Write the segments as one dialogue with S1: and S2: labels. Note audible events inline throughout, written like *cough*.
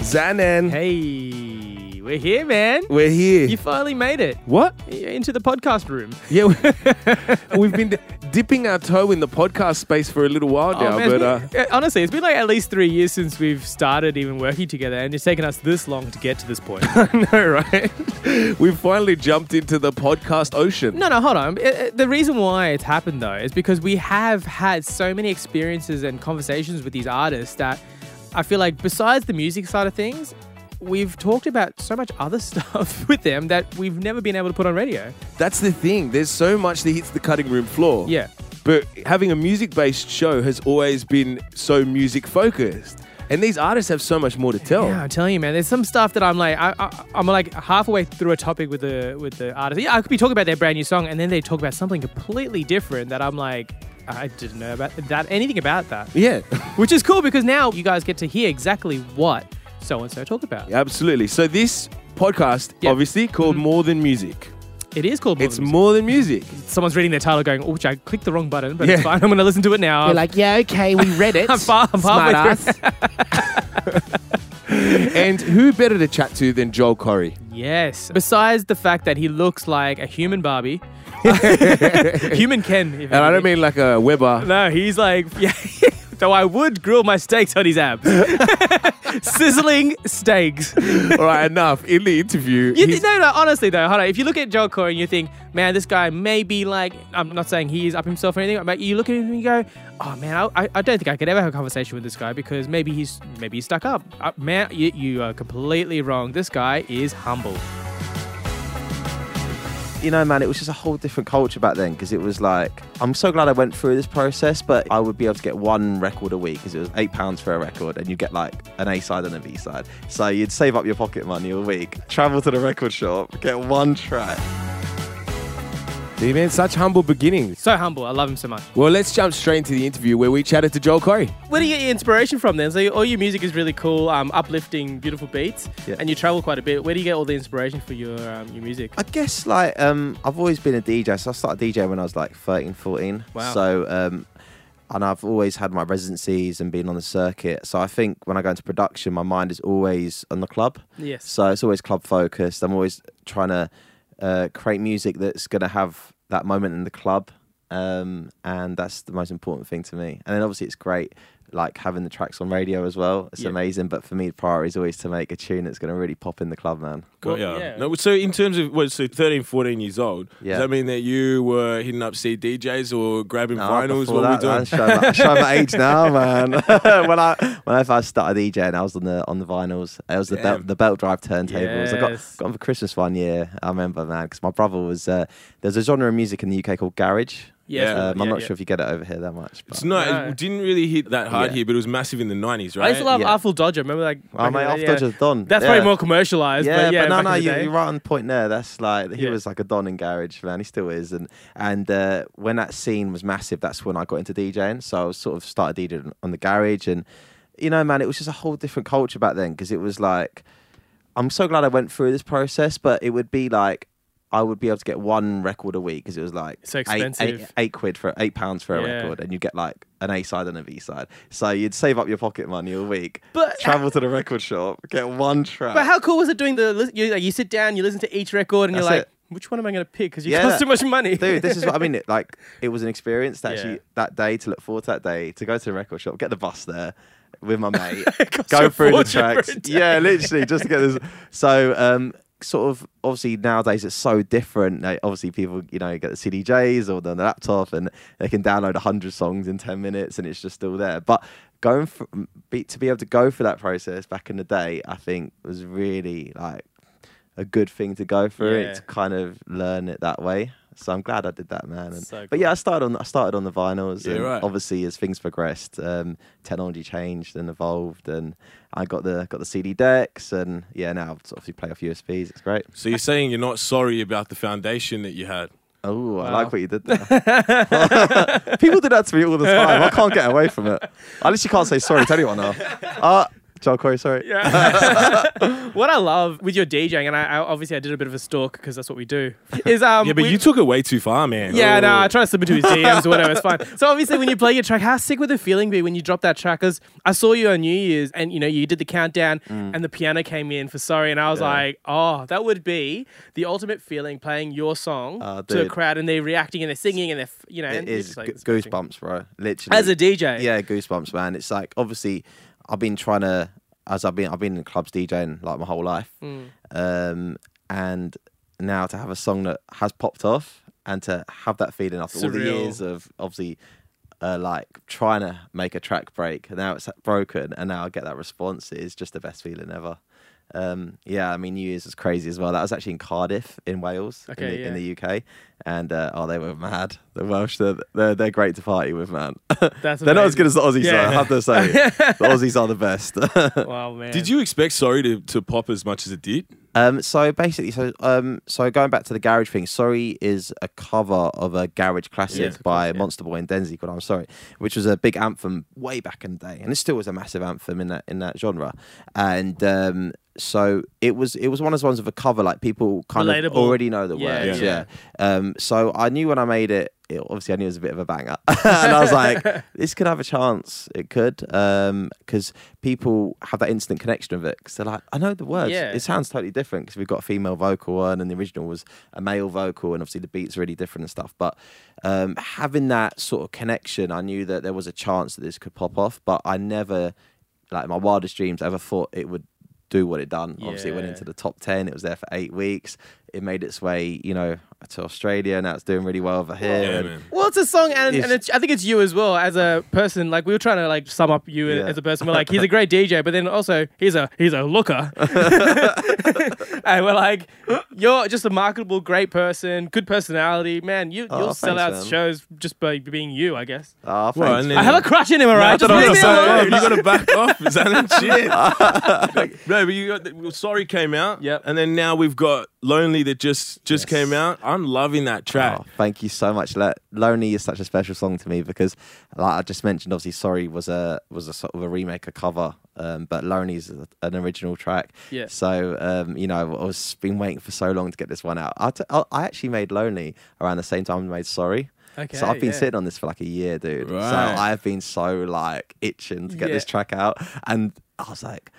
S1: Zanen.
S2: Hey, we're here, man.
S1: We're here.
S2: You finally made it
S1: what?
S2: into the podcast room.
S1: Yeah, we- *laughs* we've been dipping our toe in the podcast space for a little while now,
S2: Oh, man,
S1: but uh,
S2: it's been- honestly, it's been like at least three years since we've started even working together, and it's taken us this long to get to this point.
S1: *laughs* I know, right? we finally jumped into the podcast ocean.
S2: No, no, hold on. It- it- the reason why it's happened though is because we have had so many experiences and conversations with these artists that I feel like, besides the music side of things, we've talked about so much other *laughs* stuff with them that we've never been able to put on radio.
S1: That's the thing. There's so much that hits the cutting room floor.
S2: Yeah.
S1: But having a music based show has always been so music focused. And these artists have so much more to tell.
S2: Yeah, I'm telling you, man. There's some stuff that I'm like, I, I, I'm like halfway through a topic with the with the artist. Yeah, I could be talking about their brand new song, and then they talk about something completely different that I'm like, I didn't know about that anything about that.
S1: Yeah.
S2: Which is cool because now you guys get to hear exactly what so and so talk about.
S1: Absolutely. So this podcast,
S2: Yeah.
S1: obviously, called More Than Music.
S2: It is called. More
S1: it's
S2: Than Music.
S1: more than music.
S2: Someone's reading their title, going, "Oh, I clicked the wrong button, but it's
S1: Yeah.
S2: fine. I'm going to listen to it now."
S3: You're like, yeah, okay, we read it.
S2: *laughs* I'm far- I'm halfway
S3: smartass."
S1: and who better to chat to than Joel Corey?
S2: yes. Besides the fact that he looks like a human
S1: *laughs*
S2: Barbie, *laughs* human Ken. if
S1: And I don't
S2: anything.
S1: mean like a Weber.
S2: No, he's like, *laughs* yeah. Though I would grill my steaks on his abs, *laughs* sizzling steaks.
S1: All right, enough. In the interview,
S2: You
S1: he's-
S2: th- no, no, honestly though, hold on. If you look at Joel Corey and you think, man, this guy may be like, I'm not saying he's up himself or anything, but you look at him and you go, oh man, I, I, I don't think I could ever have a conversation with this guy because maybe he's maybe he's stuck up. Uh, man, you, you are completely wrong. This guy is humble.
S4: *laughs* you know, man, it was just a whole different culture back then because it was like, I'm so glad I went through this process, but I would be able to get one record a week because it was eight pounds for a record and you get like an A side and a B side. So you'd save up your pocket money all week, travel to the record shop, get one track.
S1: Dude, man, such humble beginnings.
S2: So humble. I love him so much.
S1: Well, let's jump straight into the interview where we chatted to Joel Corey.
S2: Where do you get your inspiration from then? So all your music is really cool, um, uplifting, beautiful beats,
S4: Yeah.
S2: and you travel quite a bit. Where do you get all the inspiration for your um, your music?
S4: I guess like um, I've always been a DJ, so I started DJing when I was like 13, 14.
S2: Wow.
S4: So um, and I've always had my residencies and been on the circuit. So I think when I go into production, my mind is always on the club.
S2: Yes.
S4: So it's always club focused. I'm always trying to uh, create music that's going to have that moment in the club. Um, and that's the most important thing to me. And then obviously it's great like having the tracks on radio as well. It's
S2: Yeah.
S4: amazing. But for me, the priority is always to make a tune that's going to really pop in the club, man.
S2: Well,
S5: Got ya.
S2: yeah.
S5: No, so in terms of what, so 13, 14 years old,
S4: Yeah.
S5: does that mean that you were hitting up C DJs or grabbing
S4: No,
S5: vinyls?
S4: before
S5: What
S4: that,
S5: were
S4: man,
S5: we doing?
S4: show,
S5: *laughs*
S4: my, show my age now, man. *laughs* when I when I first started DJing, I was on the on the vinyls. It was the
S5: Damn.
S4: belt, the belt drive turntables. I got
S2: Yes.
S4: got them for Christmas one year. I remember, man, because my brother was uh, there's a genre of music in the UK called garage.
S2: Yeah.
S4: um, I'm
S2: Yeah,
S4: not
S2: yeah.
S4: sure if you get it over here that much. But.
S5: It's not,
S2: No.
S5: it didn't really hit that hard
S4: Yeah.
S5: here, but it was massive in the 90s, right?
S2: I used to love
S4: Yeah.
S2: Artful Dodger. Remember, like back
S4: Oh,
S2: in
S4: mate,
S2: the
S4: off
S2: day? Yeah.
S4: Dodger's Don.
S2: That's
S4: yeah.
S2: probably more commercialized.
S4: Yeah,
S2: but, yeah,
S4: no,
S2: back
S4: no,
S2: in the
S4: you,
S2: day.
S4: you're right on point there. That's like he
S2: Yeah.
S4: was like a don in garage, man. He still is. And and uh, when that scene was massive, that's when I got into DJing. So I was sort of started DJing on the garage, and you know, man, it was just a whole different culture back then because it was like I'm so glad I went through this process, but it would be like. I would be able to get one record a week because it was like
S2: So
S4: eight- eight-
S2: expensive.
S4: eight quid for eight pounds for a
S2: Yeah.
S4: record, and you get like an A side and a B side. So you'd save up your pocket money all week,
S2: But-
S4: travel to the record shop, get one track.
S2: But how cool was it doing the? lis- You, like, you sit down, you listen to each record, and you're
S4: That's
S2: like, which one am I going to pick? Because you
S4: Yeah.
S2: cost too much money.
S4: dude this
S2: *laughs*
S4: is what i mean it, like it was an experience to actually
S2: Yeah.
S4: that day to look forward to that day to go to the record shop get the bus there with
S2: *laughs*
S4: my mate
S2: cost you
S4: go
S2: a
S4: through
S2: fortune
S4: the
S2: for a
S4: tracks
S2: day.
S4: yeah literally just to get this so um sort of obviously nowadays it's so different like, obviously people you know get the cdjs or the laptop and they can download 100 songs in 10 minutes and it's just still there but going for, be, to be able to go through that process back in the day i think was really like a good thing to go through
S2: Yeah.
S4: it to kind of learn it that way. So I'm glad I did that, man. And,
S2: So
S4: But yeah, I started on I started on the vinyls,
S5: Yeah,
S4: and
S5: right.
S4: obviously as things progressed, um, technology changed and evolved, and I got the got the CD decks, and yeah, now I obviously play off USBs. It's great.
S5: So you're saying you're not sorry about the foundation that you had?
S4: Oh, I
S2: Wow.
S4: like what you *laughs* did there. People do that to me all the time. I can't get away from it. I literally can't say sorry to anyone now. Uh, Joel Corey, sorry.
S2: *laughs* what I love with your DJing, and I, I obviously I did a bit of a stalk because that's what we
S4: *laughs*
S2: do. Is um
S5: Yeah, but
S2: we-
S5: you took it way too far, man.
S2: Yeah, no,
S5: Oh.
S2: I try to slip into
S4: *laughs*
S2: his DMs or whatever. It's fine. So obviously, when you play your track, how sick would the feeling be when you drop that track? Because I saw you on New Year's, and you know you did the countdown,
S4: Mm.
S2: and the piano came in for "Sorry," and I was like, oh, that would be the ultimate feeling playing your song to
S4: Ah,
S2: a
S4: dude.
S2: crowd, and they're reacting and they're singing and they're f- you know
S4: It
S2: and it's
S4: is
S2: just, like,
S4: go-
S2: it's amazing.
S4: goosebumps, bro. Literally.
S2: as a DJ.
S4: Yeah, goosebumps, man. It's like obviously I've been trying to as I've been I've been in clubs DJing like my whole life,
S2: Hmm.
S4: um, and now to have a song that has popped off and to have that feeling after all the
S2: Surreal.
S4: years of obviously. Uh, like trying to make a track break, and now it's broken, and now I get that response. It is just the best feeling ever. Um, yeah, I mean, New Year's was crazy as well. That was actually in Cardiff, in Wales, in
S2: Okay,
S4: the-
S2: yeah.
S4: in the the UK, and uh, oh, they were mad. The Welsh, they're, they're they're great to party with, man.
S2: That's
S4: they're not as
S2: amazing.
S4: good as the Aussies, though,
S2: Yeah.
S4: I have to
S2: *laughs*
S4: say. the Aussies are the best. *laughs*
S2: Wow, man.
S5: Did you expect Sorry to, to pop as much as it did?
S4: um, so basically, so um, so going back to the garage thing, "Sorry" is a cover of a garage classic
S2: Yeah.
S4: by Monster Boy and Denzi called "I'm Sorry," which was a big anthem way back in the day, and it still was a massive anthem in that in that genre. And um, so it was it was one of those ones of a cover like people kind
S2: Relatable.
S4: of already know the
S2: Yeah,
S4: words, yeah.
S5: yeah.
S4: Um, so I knew when I made it, it, obviously I knew it was a bit of a banger, *laughs* and I was
S2: *laughs*
S4: like, this could have a chance. It could, because people have that instant connection with it because they're like, I know the words.
S2: Yeah.
S4: It sounds totally different because we've got a female vocal one, and the original was a male vocal, and obviously the beat's really different and stuff. But um, having that sort of connection, I knew that there was a chance that this could pop off, but I never, like in my wildest dreams, ever thought it would do what it done. Obviously, it went
S2: Yeah.
S4: into the the top 10. It was there for eight weeks. It made its way, you know, to Australia. Now it's doing really well over here.
S5: Yeah,
S4: and-
S5: man.
S2: Well, it's a song, and,
S4: It's-
S2: and it's, I think it's you as well as a person. Like we were trying to like sum up you
S4: Yeah.
S2: as a person. We're like,
S4: *laughs*
S2: he's a great DJ, but then also he's a he's a looker, and we're like, you're just a marketable, great person, good personality, man. You
S4: Oh,
S2: you'll sell out
S4: thanks, man.
S2: shows just by being you, I guess.
S4: Ah,
S5: Well,
S4: thanks,
S5: and
S4: man.
S5: then-
S2: I have a crush in him, alright?
S5: I
S2: Just
S5: don't know
S2: leave
S5: what
S2: me
S5: I'm
S4: *laughs*
S5: saying.
S2: alone.
S5: You gotta back *laughs* off. Is that not shit? Like, no, but you got the, well, sorry came out.
S2: Yep.
S5: And then now we've got Lonely that just just came out. I'm loving that track.
S4: Oh, thank you so much. Le- Lonely is such a special song to me because, like I just mentioned, obviously Sorry was a was a sort of a remake, a cover, um, but Lonely is a- an original track.
S2: Yeah.
S4: So um, you know, I was been waiting for so long to get this one out. I, t- I I actually made Lonely around the same time I made Sorry.
S2: Okay,
S4: so I've been
S2: yeah.
S4: sitting on this for like a year, dude. So
S5: Right.
S4: I've been so like itching to get
S2: Yeah.
S4: this track out, and I was like.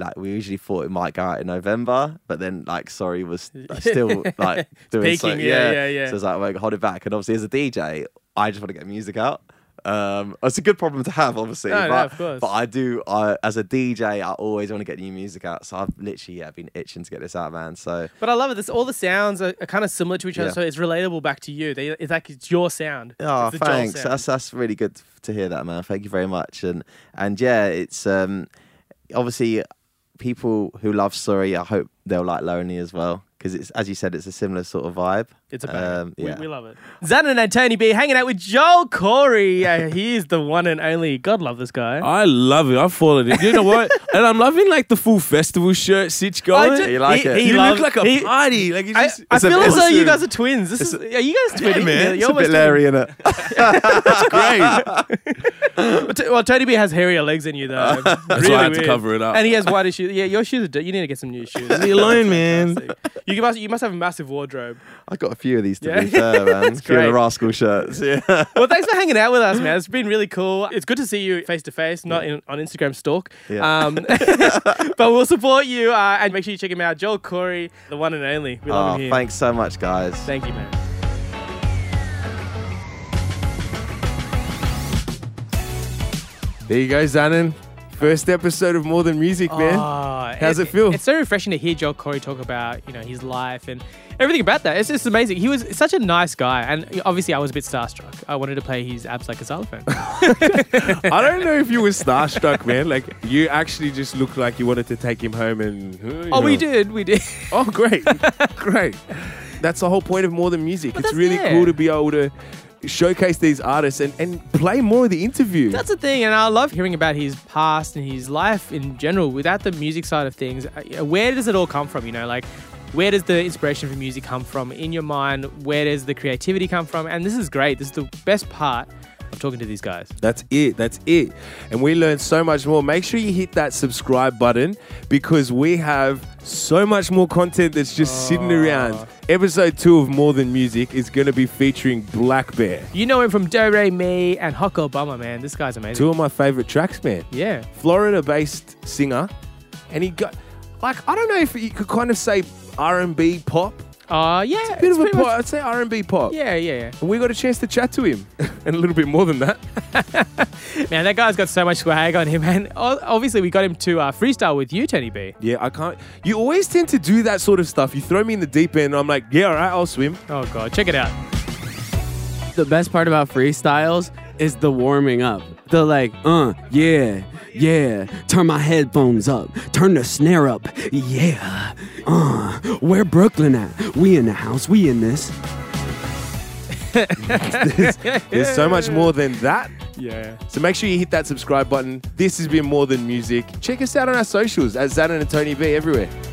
S4: Like we usually thought it might go out in November, but then like sorry was uh,
S2: *laughs*
S4: still like doing so,
S2: Peaking, yeah, yeah, yeah.
S4: So it's like, well, hold it back. And obviously, as a DJ, I just want to get music out. Um, it's a good problem to have, obviously.
S2: No, no,
S4: but,
S2: of course.
S4: but I do, I, as a DJ, I always want to get new music out. So I've literally, yeah, been itching to get this out, man. So
S2: But I love it. This, all the sounds are, are kind of similar to each other,
S4: Yeah.
S2: so it's relatable back to you. They, it's like it's your sound.
S4: Oh,
S2: It's the Joel
S4: thanks.
S2: sound.
S4: That's that's really good to hear that, man. Thank you very much. And and yeah, it's um obviously people who love Surrey, I hope they'll like Lonely as well because it's as you said, it's a similar sort of vibe.
S2: It's a banger.
S4: Um,
S2: we,
S4: yeah.
S2: we love it. Zanon and Tony B hanging out with Joel Corey.
S5: *laughs*
S2: Uh, he is the one and only. God love this guy.
S5: I love it. I followed it. You know what? and I'm loving like the full festival shirt sitch going.
S2: ju-
S4: You like
S2: he-
S4: it?
S2: he
S5: you
S2: loves-
S5: look like a
S2: he-
S5: party. Like you
S2: I,
S5: just,
S2: I
S5: it's a-
S2: feel as though you
S5: awesome.
S2: guys are twins. This is, are you
S5: *laughs*
S2: guys twinning?
S5: man.
S2: You're
S5: It's
S4: It's a
S2: almost
S4: bit Larry in it.
S2: twins. But t- Well, Tony B has hairier legs than you,
S5: *laughs*
S2: though. That's
S5: why I had to cover it up.
S2: And he has whiter shoes. Yeah, your shoes are dirty. You need to get some new shoes.
S5: Leave me alone, man.
S2: you, must, you must have a massive wardrobe.
S4: I got a few of these to
S2: Yeah.
S4: be
S2: *laughs*
S4: fair, man. a few of
S2: great.
S4: the rascal shirts. Yeah.
S2: Well, thanks for hanging out with us, man. It's been really cool. It's good to see you face to face, not in, on Instagram stalk.
S4: Yeah.
S2: Um, *laughs* but we'll support you uh, and make sure you check him out. Joel Corey, the one and only. We love
S4: Oh,
S2: him here.
S4: thanks so much, guys.
S2: Thank you, man.
S1: There you go, Zanin. First episode of More Than Music, man.
S2: Ah,
S1: How's it feel?
S2: It's so refreshing to hear Joel Corey talk about you know his life and everything about that. It's just amazing. He was such a nice guy, and obviously I was a bit starstruck. I wanted to play his abs like a xylophone. *laughs*
S1: I don't know if you were starstruck, man. Like you actually just looked like you wanted to take him home and.
S2: oh, we did, we did.
S1: Oh, great, *laughs* great. That's the whole point of more than music. it's
S2: that's-
S1: really
S2: yeah.
S1: cool to be able to showcase these artists and, and play more of the interview.
S2: That's the thing, and I love hearing about his past and his life in general. Without the music side of things, uh, where does it all come from? You know, like where does the inspiration for music come from in your mind? Where does the creativity come from? And this is great. This is the best part I'm talking to these guys.
S1: That's it. That's it. And we learned so much more. Make sure you hit that subscribe button because we have so much more content that's just sitting
S2: Ah.
S1: around. Episode two of More Than Music is going to be featuring Black Bear,
S2: You know him from Do Re Mi and Huck Obama, man. This guy's amazing.
S1: two of my favorite tracks, man.
S2: Yeah.
S1: Florida-based singer, and he got like I don't know if you could kind of say R&B pop.
S2: Uh, yeah.
S1: A bit
S2: it's
S1: of a
S2: pretty
S1: pop.
S2: much-
S1: I'd say R&B pop.
S2: Yeah, yeah,
S1: And we got a chance to chat to him, *laughs* and a little bit more than that.
S2: yeah. Man, that guy's got so much swag on him, man. O- Obviously, we got him to uh, freestyle with you, Tony B.
S1: Yeah, I can't. You always tend to do that sort of stuff. You throw me in the deep end, and I'm like, yeah, all right, I'll swim.
S2: Oh, God. Check it out.
S5: The best part about freestyles is the warming up. The like, uh, yeah, yeah. Turn my headphones up. Turn the snare up. Yeah. Uh, where Brooklyn at? We in the house. We in this.
S1: There's so much more than that.
S2: Yeah.
S1: So make sure you hit that subscribe button. This has been More Than Music. Check us out on our socials at Zan and Tony B everywhere.